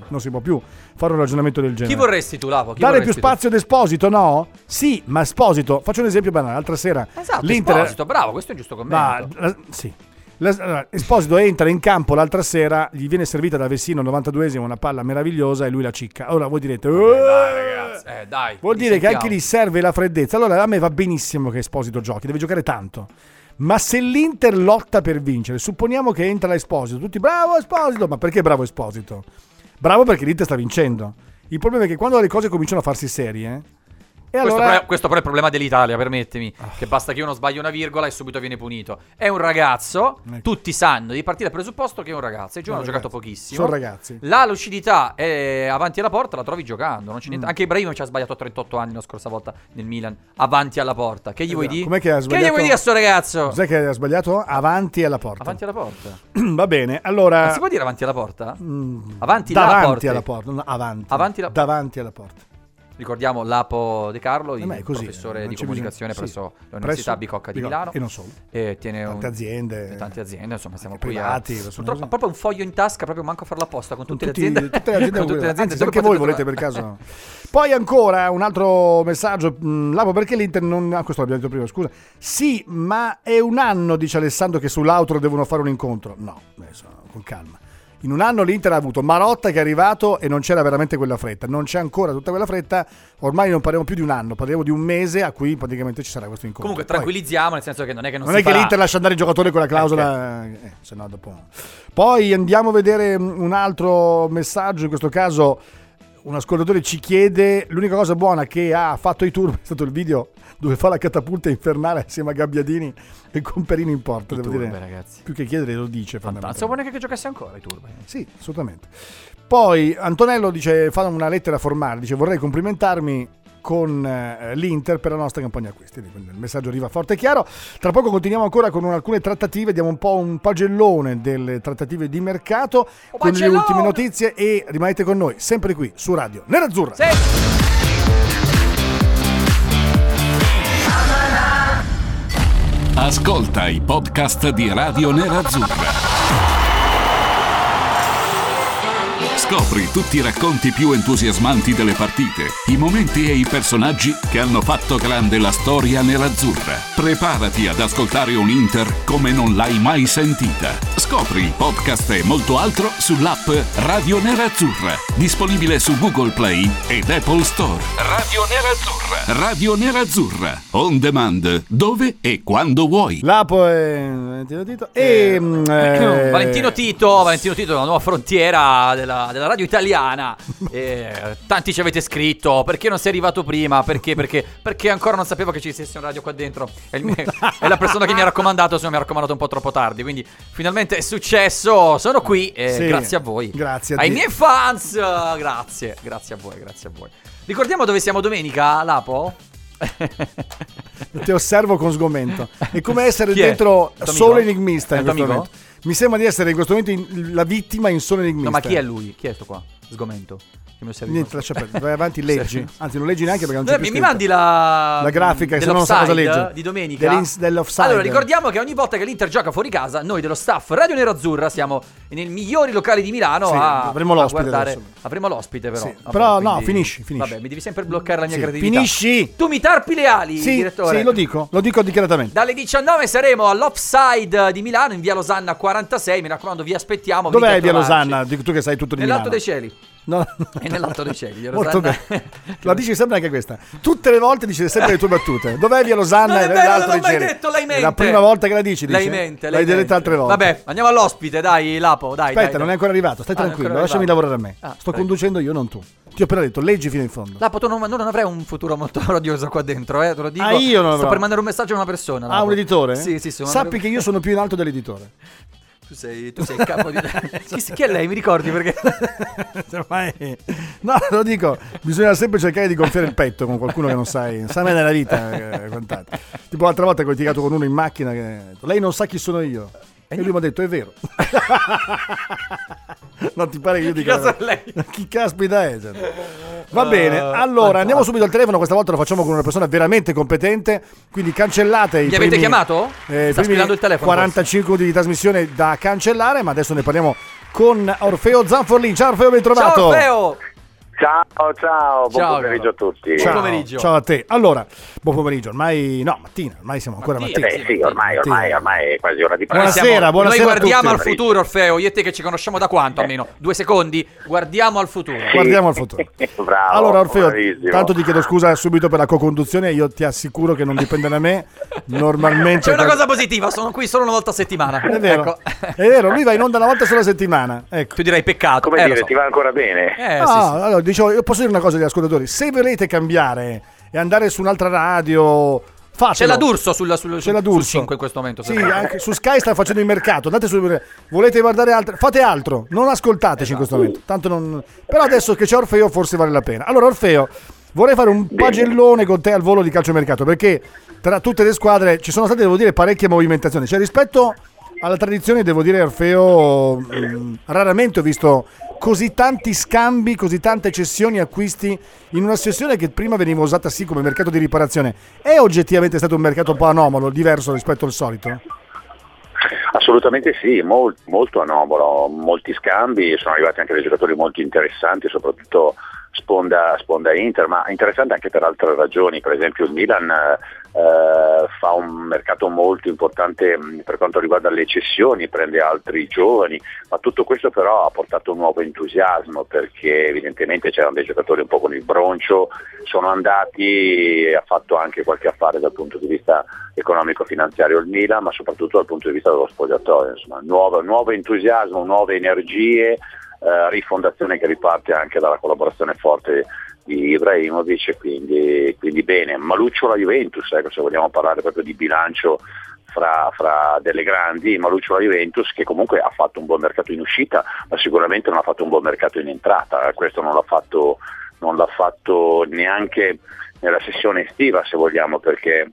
non si può più fare un ragionamento del genere. Chi vorresti tu, Lapo? Chi Dare più vorresti tu? spazio ad Esposito, no? Sì, ma Esposito, faccio un esempio banale, l'altra sera Esatto, l'Inter... Esposito, bravo, questo è un giusto Ma, commento. la- sì. La- allora, Esposito entra in campo l'altra sera, gli viene servita da Vessino 92esimo una palla meravigliosa e lui la cicca. Ora voi direte... Dai, ragazzi, eh, dai. Vuol li dire che sentiamo. anche lì serve la freddezza. Allora a me va benissimo che Esposito giochi, deve giocare tanto. Ma se l'Inter lotta per vincere, supponiamo che entra Esposito, tutti bravo Esposito, ma perché bravo Esposito? Bravo perché l'Inter sta vincendo. Il problema è che quando le cose cominciano a farsi serie, eh, e Questo, allora... Ah. però è- questo però è il problema dell'Italia, permettimi. Che basta che uno sbagli una virgola e subito viene punito. È un ragazzo, Ecco. tutti sanno di partire dal presupposto che è un ragazzo. E Giovanni ha Sono giocato ragazzi. pochissimo. Sono ragazzi. La lucidità è avanti alla porta, la trovi giocando. Non c'è Mm. niente. Anche Ibrahimovic ha sbagliato a 38 anni la scorsa volta nel Milan, avanti alla porta. Che gli vuoi Esatto. dire? Com'è che ha gli sbagliato- vuoi dire a sto ragazzo? Cos'è che ha sbagliato? Avanti alla porta. Avanti alla porta. Va bene, Non allora... si può dire avanti alla porta? Eh. Mm, Avanti là davanti alla porta. alla porta. no, avanti. Avanti la- Davanti alla porta. Ricordiamo Lapo De Carlo, Eh, il ma è così, professore non di c'è comunicazione bisogno. Sì. presso l'Università Presso Bicocca di Bicocca, Milano. e non solo. E tiene Tante un- Eh, aziende. Tante aziende, insomma, siamo Anche qui privati, a... sono Purtroppo così. ha proprio un foglio in tasca, proprio manco a farla apposta con tutte Tutti- le aziende. tutte le aziende con tutte le aziende. Anzi, se dove anche voi potete volete per trovare- caso Poi ancora un altro messaggio, mm, Lapo perché l'Inter non... Ah, questo l'abbiamo detto prima, scusa. Sì, ma è un anno, dice Alessandro, che sull'autro devono fare un incontro. No, adesso, con calma. In un anno l'Inter ha avuto Marotta che è arrivato e non c'era veramente quella fretta, non c'è ancora tutta quella fretta, ormai non parliamo più di un anno, parliamo di un mese a cui praticamente ci sarà questo incontro. Comunque Poi- tranquillizziamo, nel senso che non è che non, si non è che farà. l'Inter lascia andare i giocatori con la clausola, eh, se no dopo. Poi andiamo a vedere mm, un altro messaggio. In questo caso, un ascoltatore ci chiede: l'unica cosa buona che ha fatto i tour è stato il video dove fa la catapulta infernale assieme a Gabbiadini e con Perini in porta. Devo Turbe, dire, ragazpo più che chiedere, lo dice. fondamentalmente. Pensavo neanche che giocasse ancora i turbi. Sì, assolutamente. Poi Antonello dice, fa una lettera formale, dice vorrei complimentarmi con eh, l'Inter per la nostra campagna acquisti. Quindi il messaggio arriva forte e chiaro. Tra poco continuiamo ancora con un- alcune trattative, diamo un po' un pagellone delle trattative di mercato con le pagellone! ultime notizie e rimanete con noi sempre qui su Radio Nerazzurra. Ascolta i podcast di Radio Nerazzurra. Scopri tutti i racconti più entusiasmanti delle partite, i momenti e i personaggi che hanno fatto grande la storia nerazzurra. Preparati ad ascoltare un Inter come non l'hai mai sentita. Scopri il podcast e molto altro sull'app Radio Nerazzurra, disponibile su Google Play ed Apple Store. Radio Nerazzurra. Radio Nerazzurra, on demand, dove e quando vuoi. Lapo e eh, Valentino Tito e mm, eh, Valentino Tito, Valentino Tito, la nuova frontiera della, della radio italiana. Eh, tanti ci avete scritto perché non sei arrivato prima, perché, perché, perché ancora non sapevo che ci fosse un radio qua dentro. È, il mio- è la persona che mi ha raccomandato, se no mi ha raccomandato un po' troppo tardi. Quindi finalmente è successo, sono qui. eh, Sì, Grazie a voi. grazie a Ai te. miei fans, eh, grazie, grazie a voi, grazie a voi. Ricordiamo dove siamo domenica, Lapo? Ti osservo con sgomento. È come essere Chi è? Eh, dentro Il tuo solo amico? enigmista È in il tuo questo amico? momento. Mi sembra di essere in questo momento in- la vittima in solo enigmista. No, ma chi è lui? Chi è sto qua? Sgomento. Che mi osservi Niente, così. lascia perdere. Vai avanti, leggi. Sì. Anzi, non leggi neanche perché non c'è Dai, più mi, mi mandi scritto. la, mm, La grafica, se no non so cosa dell'offside leggere. di domenica. Dell'ins- dell'offside. Allora, ricordiamo che ogni volta che l'Inter gioca fuori casa, noi dello staff Radio Nerazzurra siamo nei migliori locali di Milano Sì, a, avremo a l'ospite guardare. adesso. Avremo l'ospite però. Sì, Vabbè, però no, finisci, finisci. Vabbè, mi devi sempre bloccare la mia Sì, creatività. finisci! Tu mi tarpi le ali, Sì, direttore. sì, lo dico, lo dico dichiaratamente. Dalle 19 saremo all'Offside di Milano in via Losanna 46, mi raccomando, vi aspettiamo. venite Dov'è a via trovarci. Losanna? Dico, Tu che sai tutto di Nell'Alto Milano. dei Cieli. No. È nell'Alto dei Cieli, via Molto Losanna. bene. La dici sempre anche questa. Tutte le volte dici sempre le tue battute. Dov'è via Losanna? Non è e vero, non nell'Alto l'ho dei mai Cieli? detto, l'hai in È mente. La prima volta che la dici, dici? L'hai in mente, L'hai mente. detta altre volte. Vabbè, andiamo all'ospite, dai, Lapo, dai. Aspetta, dai, non è dai. ancora arrivato. Stai Ah, non è tranquillo, ancora lasciami arrivato. lavorare a me. Ah, Sto prego. conducendo io, non tu. Ti ho appena detto, leggi fino in fondo. Lapo, tu non, non avrai un futuro molto radioso qua dentro, eh, te lo dico. Ah, io non Sto avrò. per mandare un messaggio a una persona. Ah, Lapo. un editore? Sì, sì, sono Sappi che io sono più in alto dell'editore. Tu sei, tu sei il capo di... chi, chi è lei, mi ricordi perché... Ormai- No, lo dico, bisogna sempre cercare di gonfiare il petto con qualcuno che non sai, sa me nella vita. eh, quant'altro. tipo l'altra volta che ho litigato con uno in macchina, che ha detto, lei non sa chi sono io. E lui mi ha detto, è vero. non ti pare che io Chi dica... la cazzo è verità? lei? Ah, Chi caspita è? Cioè. Va bene, allora fantastico. andiamo subito al telefono, questa volta lo facciamo con una persona veramente competente, quindi cancellate i Mi avete primi- chiamato? eh, i Sta primi squillando il telefono. 45 minuti di trasmissione da cancellare, ma adesso ne parliamo con Orfeo Zanforlin. Ciao Orfeo, ben trovato. Ciao, Feo! Ciao, ciao, buon Ciao, pomeriggio a caro. Ciao. tutti. Eh Buon pomeriggio. Ciao a te. Allora, buon pomeriggio, ormai no, mattina, ormai siamo ancora Mattina, mattina. beh, sì, ormai, ormai, ormai è quasi ora di Noi pranzo. Buonasera, siamo- buonasera a Noi guardiamo tutti. al futuro, Orfeo, io e te che ci conosciamo da quanto almeno? Due secondi? Guardiamo al futuro. Sì. Guardiamo al futuro. Bravo, allora Orfeo, bravissimo. tanto ti chiedo scusa subito per la co-conduzione, io ti assicuro che non dipende da me. Normalmente C'è una cosa positiva, sono qui solo una volta a settimana. È vero. Ecco. È vero, lui va in onda una volta sola a settimana. Ecco. Tu direi peccato. Come eh, lo dire, so. ti va ancora bene? Eh, No, sì, sì. allora, dicevo, io posso dire una cosa agli ascoltatori, se volete cambiare e andare su un'altra radio, fatelo. C'è la D'Urso sulla, sul, C'è la sul D'Urso. 5 in questo momento. Sì, sembra. anche su Sky sta facendo il mercato. Andate su. Volete guardare altro? Fate altro. Non ascoltateci in questo momento. Tanto non... Però adesso che c'è Orfeo, forse vale la pena. Allora, Orfeo, vorrei fare un pagellone con te al volo di calciomercato perché tra tutte le squadre ci sono state, devo dire, parecchie movimentazioni. Cioè, rispetto alla tradizione, devo dire, Orfeo, mh, raramente ho visto così tanti scambi, così tante cessioni, acquisti in una sessione che prima veniva usata sì come mercato di riparazione. È oggettivamente stato un mercato un po' anomalo, diverso rispetto al solito? Assolutamente sì, mol- molto anomalo, molti scambi, sono arrivati anche dei giocatori molto interessanti, soprattutto sponda, sponda Inter, ma interessante anche per altre ragioni, per esempio il Milan eh, fa un mercato molto importante mh, per quanto riguarda le cessioni, prende altri giovani, ma tutto questo però ha portato un nuovo entusiasmo perché evidentemente c'erano dei giocatori un po' con il broncio, sono andati e ha fatto anche qualche affare dal punto di vista economico-finanziario il Milan, ma soprattutto dal punto di vista dello spogliatoio, insomma, nuovo, nuovo entusiasmo, nuove energie. Eh, rifondazione che riparte anche dalla collaborazione forte di Ibrahimovic e quindi, quindi bene. Maluccio la Juventus, ecco, se vogliamo parlare proprio di bilancio fra, fra delle grandi, Maluccio la Juventus che comunque ha fatto un buon mercato in uscita, ma sicuramente non ha fatto un buon mercato in entrata, eh, questo non l'ha fatto, non l'ha fatto neanche nella sessione estiva se vogliamo perché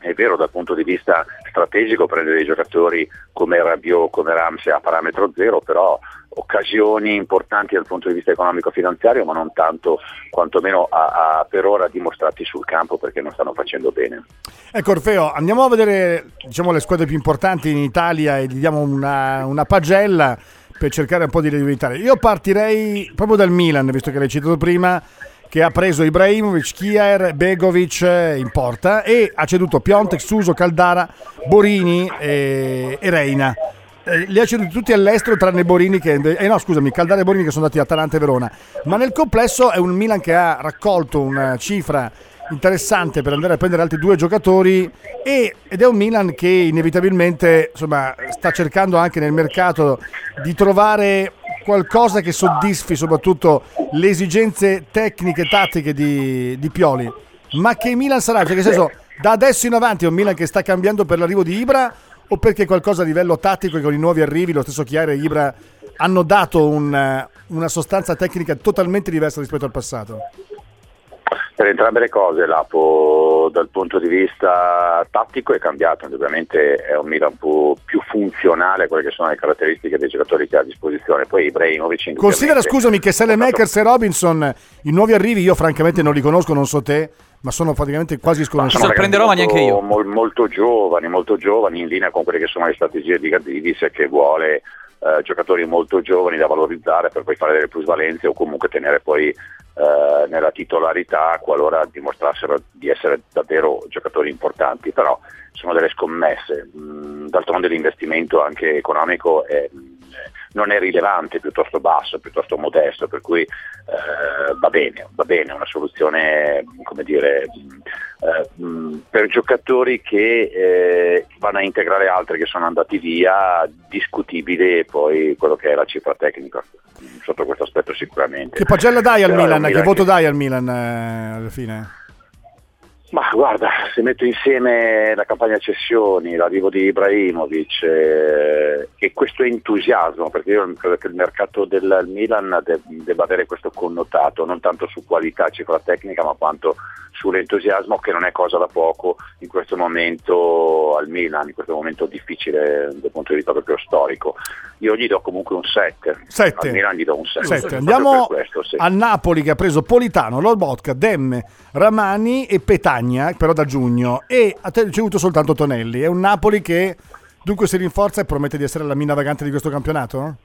è vero dal punto di vista strategico prendere dei giocatori come Rabiot, come Ramsey a parametro zero, però occasioni importanti dal punto di vista economico-finanziario, ma non tanto, quantomeno a, a- per ora dimostrati sul campo perché non stanno facendo bene. Ecco Orfeo, andiamo a vedere diciamo, le squadre più importanti in Italia e gli diamo una, una pagella per cercare un po' di rivivitare. Io partirei proprio dal Milan, visto che l'hai citato prima, che ha preso Ibrahimovic, Kier, Begovic eh, in porta e ha ceduto Piontek, Suso, Caldara, Borini e, e Reina. Eh, Li ha ceduti tutti all'estero tranne Borini che... Eh no scusami, Caldara e Borini che sono andati a Atalanta e Verona. Ma nel complesso è un Milan che ha raccolto una cifra interessante per andare a prendere altri due giocatori e- ed è un Milan che inevitabilmente insomma, sta cercando anche nel mercato di trovare qualcosa che soddisfi soprattutto le esigenze tecniche e tattiche di, di Pioli. Ma che Milan sarà? Cioè, nel senso, da adesso in avanti è un Milan che sta cambiando per l'arrivo di Ibra o perché qualcosa a livello tattico e con i nuovi arrivi, lo stesso Chiara e Ibra hanno dato un- eh, una sostanza tecnica totalmente diversa rispetto al passato? Per entrambe le cose l'Apo dal punto di vista tattico è cambiato, indubbiamente è un Milan più, più funzionale a quelle che sono le caratteristiche dei giocatori che ha a disposizione, poi Ibrahimovic indubbiamente- Considera, scusami, che Makers e Robinson, i nuovi arrivi, io francamente non li conosco, non so te, ma sono praticamente quasi sconosciuti. ragazzi molto- mol- molto giovani, molto giovani, in linea con quelle che sono le strategie di Gazidis che vuole eh, giocatori molto giovani da valorizzare per poi fare delle plusvalenze o comunque tenere poi eh, nella titolarità qualora dimostrassero di essere davvero giocatori importanti, però sono delle scommesse. Mm, D'altronde l'investimento anche economico è, non è rilevante, è piuttosto basso, piuttosto modesto, per cui eh, va bene, va bene, è una soluzione come dire, eh, mh, per giocatori che eh, vanno a integrare altri che sono andati via, discutibile poi quello che è la cifra tecnica, sotto questo aspetto sicuramente. Che pagella dai al Però è un Milan? Che Milan voto dai al Milan eh, alla fine? Ma guarda, se metto insieme la campagna cessioni, l'arrivo di Ibrahimovic eh, e questo entusiasmo, perché io credo che il mercato del Milan de- debba avere questo connotato, non tanto su qualità, cifra tecnica, ma quanto sull'entusiasmo che non è cosa da poco in questo momento al Milan, in questo momento difficile dal punto di vista proprio storico. Io gli do comunque un 7. Sette. Al Milan gli do un 7. Sette. Andiamo a Napoli che ha preso Politano, Lolbotka, Demme, Ramani e Petagna, però da giugno, e ha te- ricevuto soltanto Tonelli. È un Napoli che dunque si rinforza e promette di essere la mina vagante di questo campionato?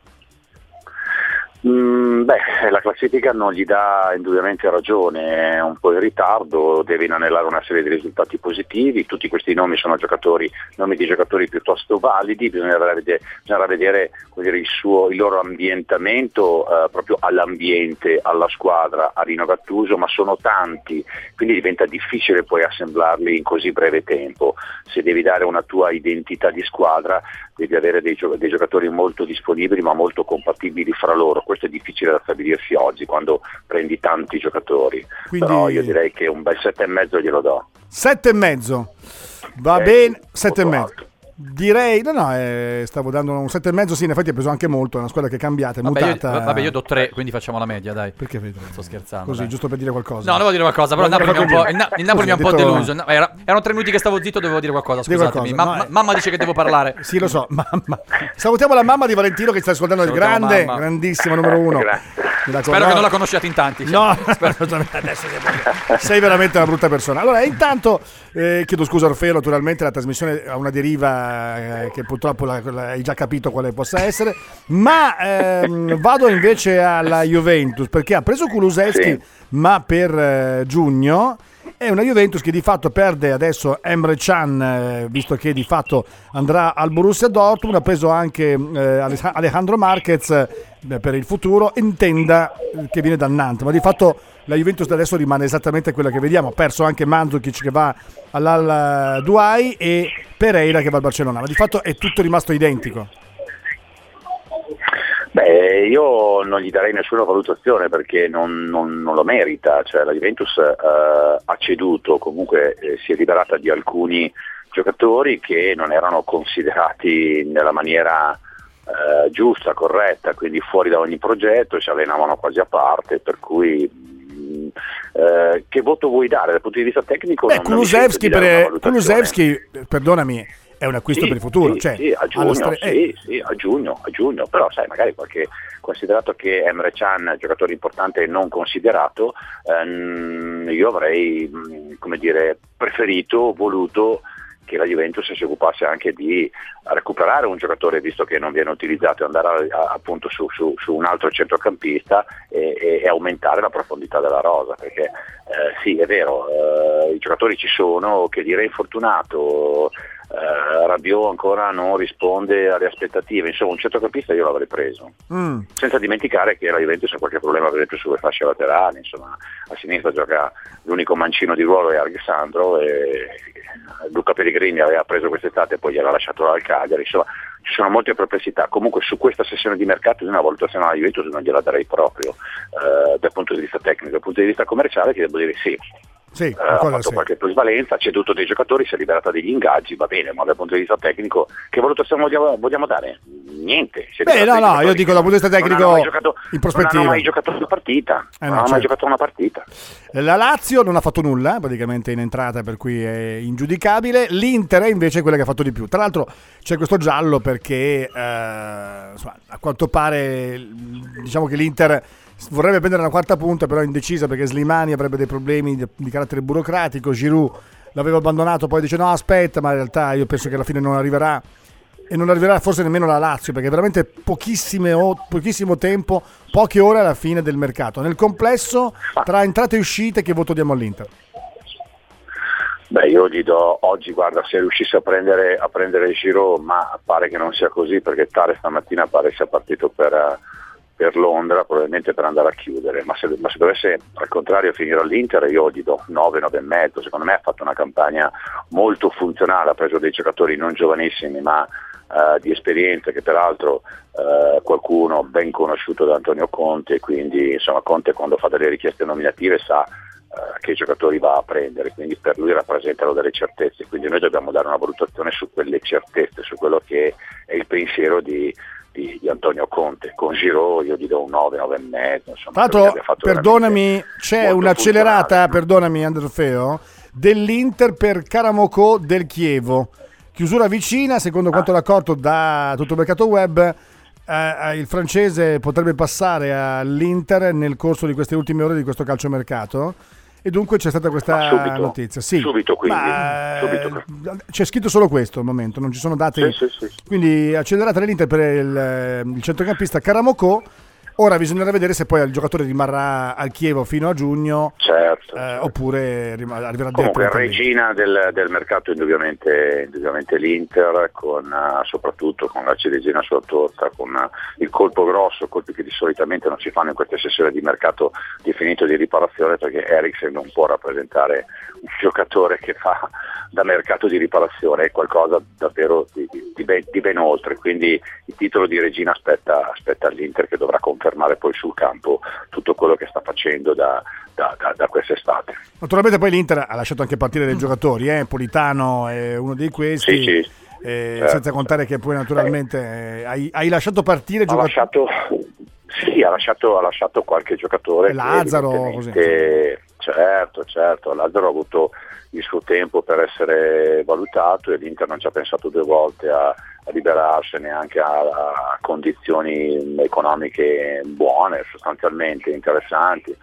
Mm, beh, la classifica non gli dà indubbiamente ragione, è un po' in ritardo, deve inanellare una serie di risultati positivi, tutti questi nomi sono giocatori, nomi di giocatori piuttosto validi, bisognerà vedere, bisognerà vedere, come dire, il, suo- il loro ambientamento eh, proprio all'ambiente, alla squadra, a Rino Gattuso, ma sono tanti, quindi diventa difficile poi assemblarli in così breve tempo. Se devi dare una tua identità di squadra devi avere dei, gio- dei giocatori molto disponibili ma molto compatibili fra loro, questo è difficile da stabilirsi oggi quando prendi tanti giocatori, Quindi- però io direi che un bel 7,5 glielo do. Sette e mezzo. Va Ok, bene, sette e Eh, molto mezzo. Direi, no, no, eh, stavo dando un sette e mezzo. Sì, in effetti ha preso anche molto. È una squadra che è cambiata, è Vabbè io, mutata. vabbè, io do tre, quindi facciamo la media, dai. Perché vedo? Sto scherzando. Così, dai. giusto per dire qualcosa. No, non volevo dire qualcosa, però il Napoli, mi ha un po', il Na- il Napoli mi ha un po' Così, ho deluso. detto- No, era- erano tre minuti che stavo zitto, dovevo dire qualcosa, Dire scusatemi. qualcosa, Ma- no, ma- mamma dice che devo parlare. Sì, lo so, mamma. Salutiamo la mamma di Valentino che sta ascoltando il Salutiamo grande, mamma. grandissima numero uno. Spero che non la conosciate in tanti. No, Spero- adesso Sei veramente una brutta persona. Allora, intanto eh, chiedo scusa a Orfeo, naturalmente la trasmissione ha una deriva eh, che purtroppo la- la- hai già capito quale possa essere, ma ehm, vado invece alla Juventus perché ha preso Kulusevski, Sì. ma per eh, giugno è una Juventus che di fatto perde adesso Emre Can, eh, visto che di fatto andrà al Borussia Dortmund, ha preso anche eh, Aless- Alejandro Marquez eh, per il futuro, Intenda eh, che viene dal Nantes, ma di fatto la Juventus da adesso rimane esattamente quella che vediamo, ha perso anche Mandzukic che va all'Al Duai e Pereira che va al Barcellona, ma di fatto è tutto rimasto identico. Beh, io non gli darei nessuna valutazione perché non, non- non lo merita, cioè la Juventus eh, ha ceduto, comunque eh, si è liberata di alcuni giocatori che non erano considerati nella maniera eh, giusta, corretta, quindi fuori da ogni progetto, si allenavano quasi a parte, per cui mm, eh, che voto vuoi dare dal punto di vista tecnico? Beh, non- non mi sento Kulusevski, di dare per- una valutazione. Kulusevski, perdonami, è un acquisto Sì, per il futuro. sì, cioè, sì, a giugno, allo stre- sì, eh, sì, a giugno, a giugno. però sai, magari qualche considerato che Emre Can, giocatore importante e non considerato, ehm, io avrei mh, come dire, preferito, voluto che la Juventus si occupasse anche di recuperare un giocatore visto che non viene utilizzato e andare a- a- appunto su, su- su un altro centrocampista e, e- e aumentare la profondità della rosa perché eh, sì è vero eh, i giocatori ci sono che dire infortunato eh, Rabiot ancora non risponde alle aspettative insomma un centrocampista io l'avrei preso mm. senza dimenticare che la Juventus ha qualche problema per esempio sulle fasce laterali insomma a sinistra gioca l'unico mancino di ruolo è Alessandro e Luca Pellegrini aveva preso quest'estate e poi gliel'ha lasciato al Cagliari insomma ci sono molte perplessità comunque su questa sessione di mercato di una valutazione alla Juventus non gliela darei proprio eh, dal punto di vista tecnico dal punto di vista commerciale ti devo dire sì sì, eh, ha qualcosa fatto sì. qualche plusvalenza, ha ceduto dei giocatori, si è liberata degli ingaggi, va bene, ma dal punto di vista tecnico che valutazione vogliamo, vogliamo dare? Niente. si è Beh, liberata no, dei no, giocatori io dico dal punto di vista non tecnico hanno mai giocato- in Non prospettiva. hanno mai giocato una partita. Eh no, non hanno mai certo. giocato una partita. La Lazio non ha fatto nulla, praticamente in entrata, per cui è ingiudicabile. L'Inter è invece quella che ha fatto di più. Tra l'altro c'è questo giallo perché eh, insomma, a quanto pare l- diciamo che l'Inter vorrebbe prendere una quarta punta, però è indecisa perché Slimani avrebbe dei problemi di, di carattere burocratico, Giroud l'aveva abbandonato, poi dice no aspetta, ma in realtà io penso che alla fine non arriverà e non arriverà forse nemmeno la Lazio perché veramente pochissime o- pochissimo tempo, poche ore alla fine del mercato. Nel complesso, tra entrate e uscite, che voto diamo all'Inter? Beh, io gli do oggi, guarda, se riuscisse a prendere, a prendere il giro, ma pare che non sia così, perché Tare stamattina pare sia partito per, eh, per Londra, probabilmente per andare a chiudere, ma se, ma se dovesse al contrario finire all'Inter io gli do 9, 9,5, secondo me ha fatto una campagna molto funzionale, ha preso dei giocatori non giovanissimi ma eh, di esperienza che peraltro eh, qualcuno ben conosciuto da Antonio Conte, quindi insomma Conte quando fa delle richieste nominative sa eh, che i giocatori va a prendere, quindi per lui rappresentano delle certezze, quindi noi dobbiamo dare una valutazione su quelle certezze, su quello che è il pensiero di, di- di Antonio Conte. Con Giro io gli do un 9, 9 e mezzo. Tra Insomma, credo che l'altro, abbia fatto perdonami, veramente c'è molto un'accelerata, funzionale. perdonami Androfeo, dell'Inter per Karamoko del Chievo. Chiusura vicina, secondo quanto Ah. raccolto da tutto il mercato web, eh, il francese potrebbe passare all'Inter nel corso di queste ultime ore di questo calciomercato. E dunque c'è stata Ma questa subito? notizia. Sì, Subito, quindi? Ma, eh, Subito. C'è scritto solo questo al momento, non ci sono date. Sì, sì, sì. Quindi accelerata l'Inter per il, il centrocampista Karamoko. Ora bisognerà vedere se poi il giocatore rimarrà al Chievo fino a giugno Certo. eh, certo. oppure rima- arriverà Comunque direttamente lì. regina del, del mercato indubbiamente, indubbiamente l'Inter, con, eh, soprattutto con la ciliegina sulla torta, con eh, il colpo grosso, colpi che di solitamente non si fanno in queste sessioni di mercato definito di riparazione perché Eriksen non può rappresentare un giocatore che fa da mercato di riparazione, è qualcosa davvero di, di- di ben, di ben oltre, quindi il titolo di regina aspetta, aspetta all'Inter che dovrà confermare poi sul campo tutto quello che sta facendo da- da- da- da quest'estate. Naturalmente poi l'Inter ha lasciato anche partire dei giocatori, eh? Politano è uno di questi. Mm. Sì, sì. eh, Certo. Senza contare che poi naturalmente eh, hai, hai lasciato partire ha giocatori. lasciato, sì, ha lasciato, ha lasciato qualche giocatore. Lazzaro, che evidentemente- Certo, certo, l'Albero ha avuto il suo tempo per essere valutato e l'Inter non ci ha pensato due volte a, a liberarsene anche a, a condizioni economiche buone, sostanzialmente interessanti.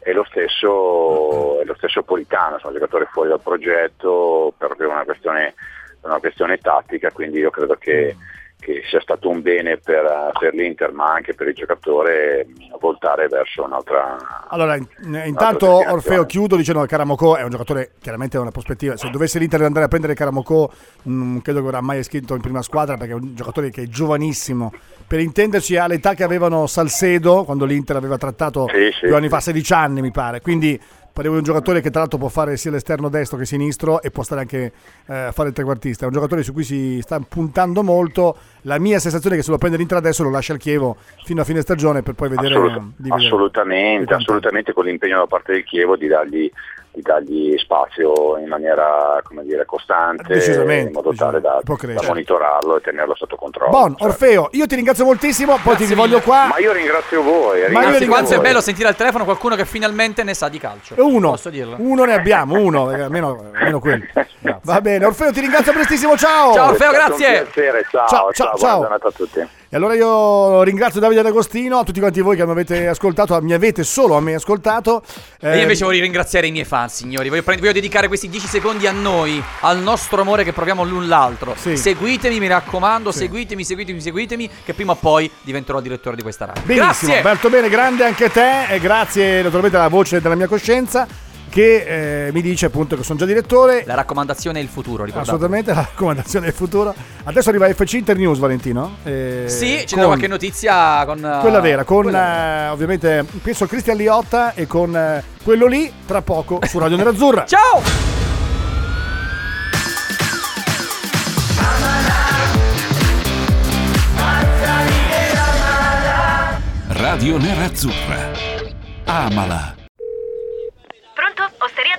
E lo stesso, e lo stesso Politano, insomma, giocatore fuori dal progetto per una questione, per una questione tattica, quindi io credo che che sia stato un bene per, per l'Inter ma anche per il giocatore mh, voltare verso un'altra Allora, in- Ah, intanto Orfeo chiudo dicendo che Karamoko è un giocatore chiaramente ha una prospettiva. Eh. Se dovesse l'Inter andare a prendere Karamoko, non credo che verrà mai iscritto in prima squadra perché è un giocatore che è giovanissimo. Per intenderci, ha l'età che avevano Salcedo quando l'Inter aveva trattato Sì, sì, due anni sì. fa, 16 anni mi pare. Quindi parliamo di un giocatore che tra l'altro può fare sia l'esterno destro che sinistro e può stare anche eh, a fare il trequartista. È un giocatore su cui si sta puntando molto. La mia sensazione è che se lo prende l'Inter adesso lo lascia al Chievo fino a fine stagione per poi vedere eh, Assolut- di vedere. assolutamente, assolutamente con l'impegno da parte del Chievo di dargli, di dargli spazio in maniera come dire, costante Decisamente, in modo tale da, può crescere. da monitorarlo e tenerlo sotto controllo certo. Bon, Orfeo, io ti ringrazio moltissimo, poi ti rivoglio qua. cioè. ma io ringrazio voi Ma io Anzi, dico quanto è voi. bello sentire al telefono qualcuno che finalmente ne sa di calcio. Uno, Posso dirlo? uno ne abbiamo, uno, eh, almeno, almeno quello. Va bene, Orfeo, ti ringrazio prestissimo, ciao! Ciao, Orfeo, È stato un grazie. piacere, ciao, Ciao, ciao, ciao, buona ciao. giornata a tutti E allora io ringrazio Davide D'Agostino, a tutti quanti voi che mi avete ascoltato, mi avete solo a me ascoltato. E io invece Eh, voglio ringraziare i miei fan, signori. Voglio, prend- voglio dedicare questi 10 secondi a noi, al nostro amore che proviamo l'un l'altro. Sì. Seguitemi, mi raccomando, Sì. seguitemi, seguitemi, seguitemi, che prima o poi diventerò direttore di questa radio. Benissimo, Grazie! Alberto Bene, grande anche te e grazie naturalmente alla voce della mia coscienza che eh, mi dice appunto che sono già direttore. La raccomandazione è il futuro, ricordate. Assolutamente la raccomandazione del futuro. Adesso arriva FC Internews, Valentino. eh, Sì, c'è con- qualche notizia con... eh, Quella vera, con quella vera. eh, ovviamente penso Cristian Liotta e con eh, quello lì tra poco su Radio Nerazzurra. Ciao! Radio Nerazzurra. Amala. Pronto? Osteria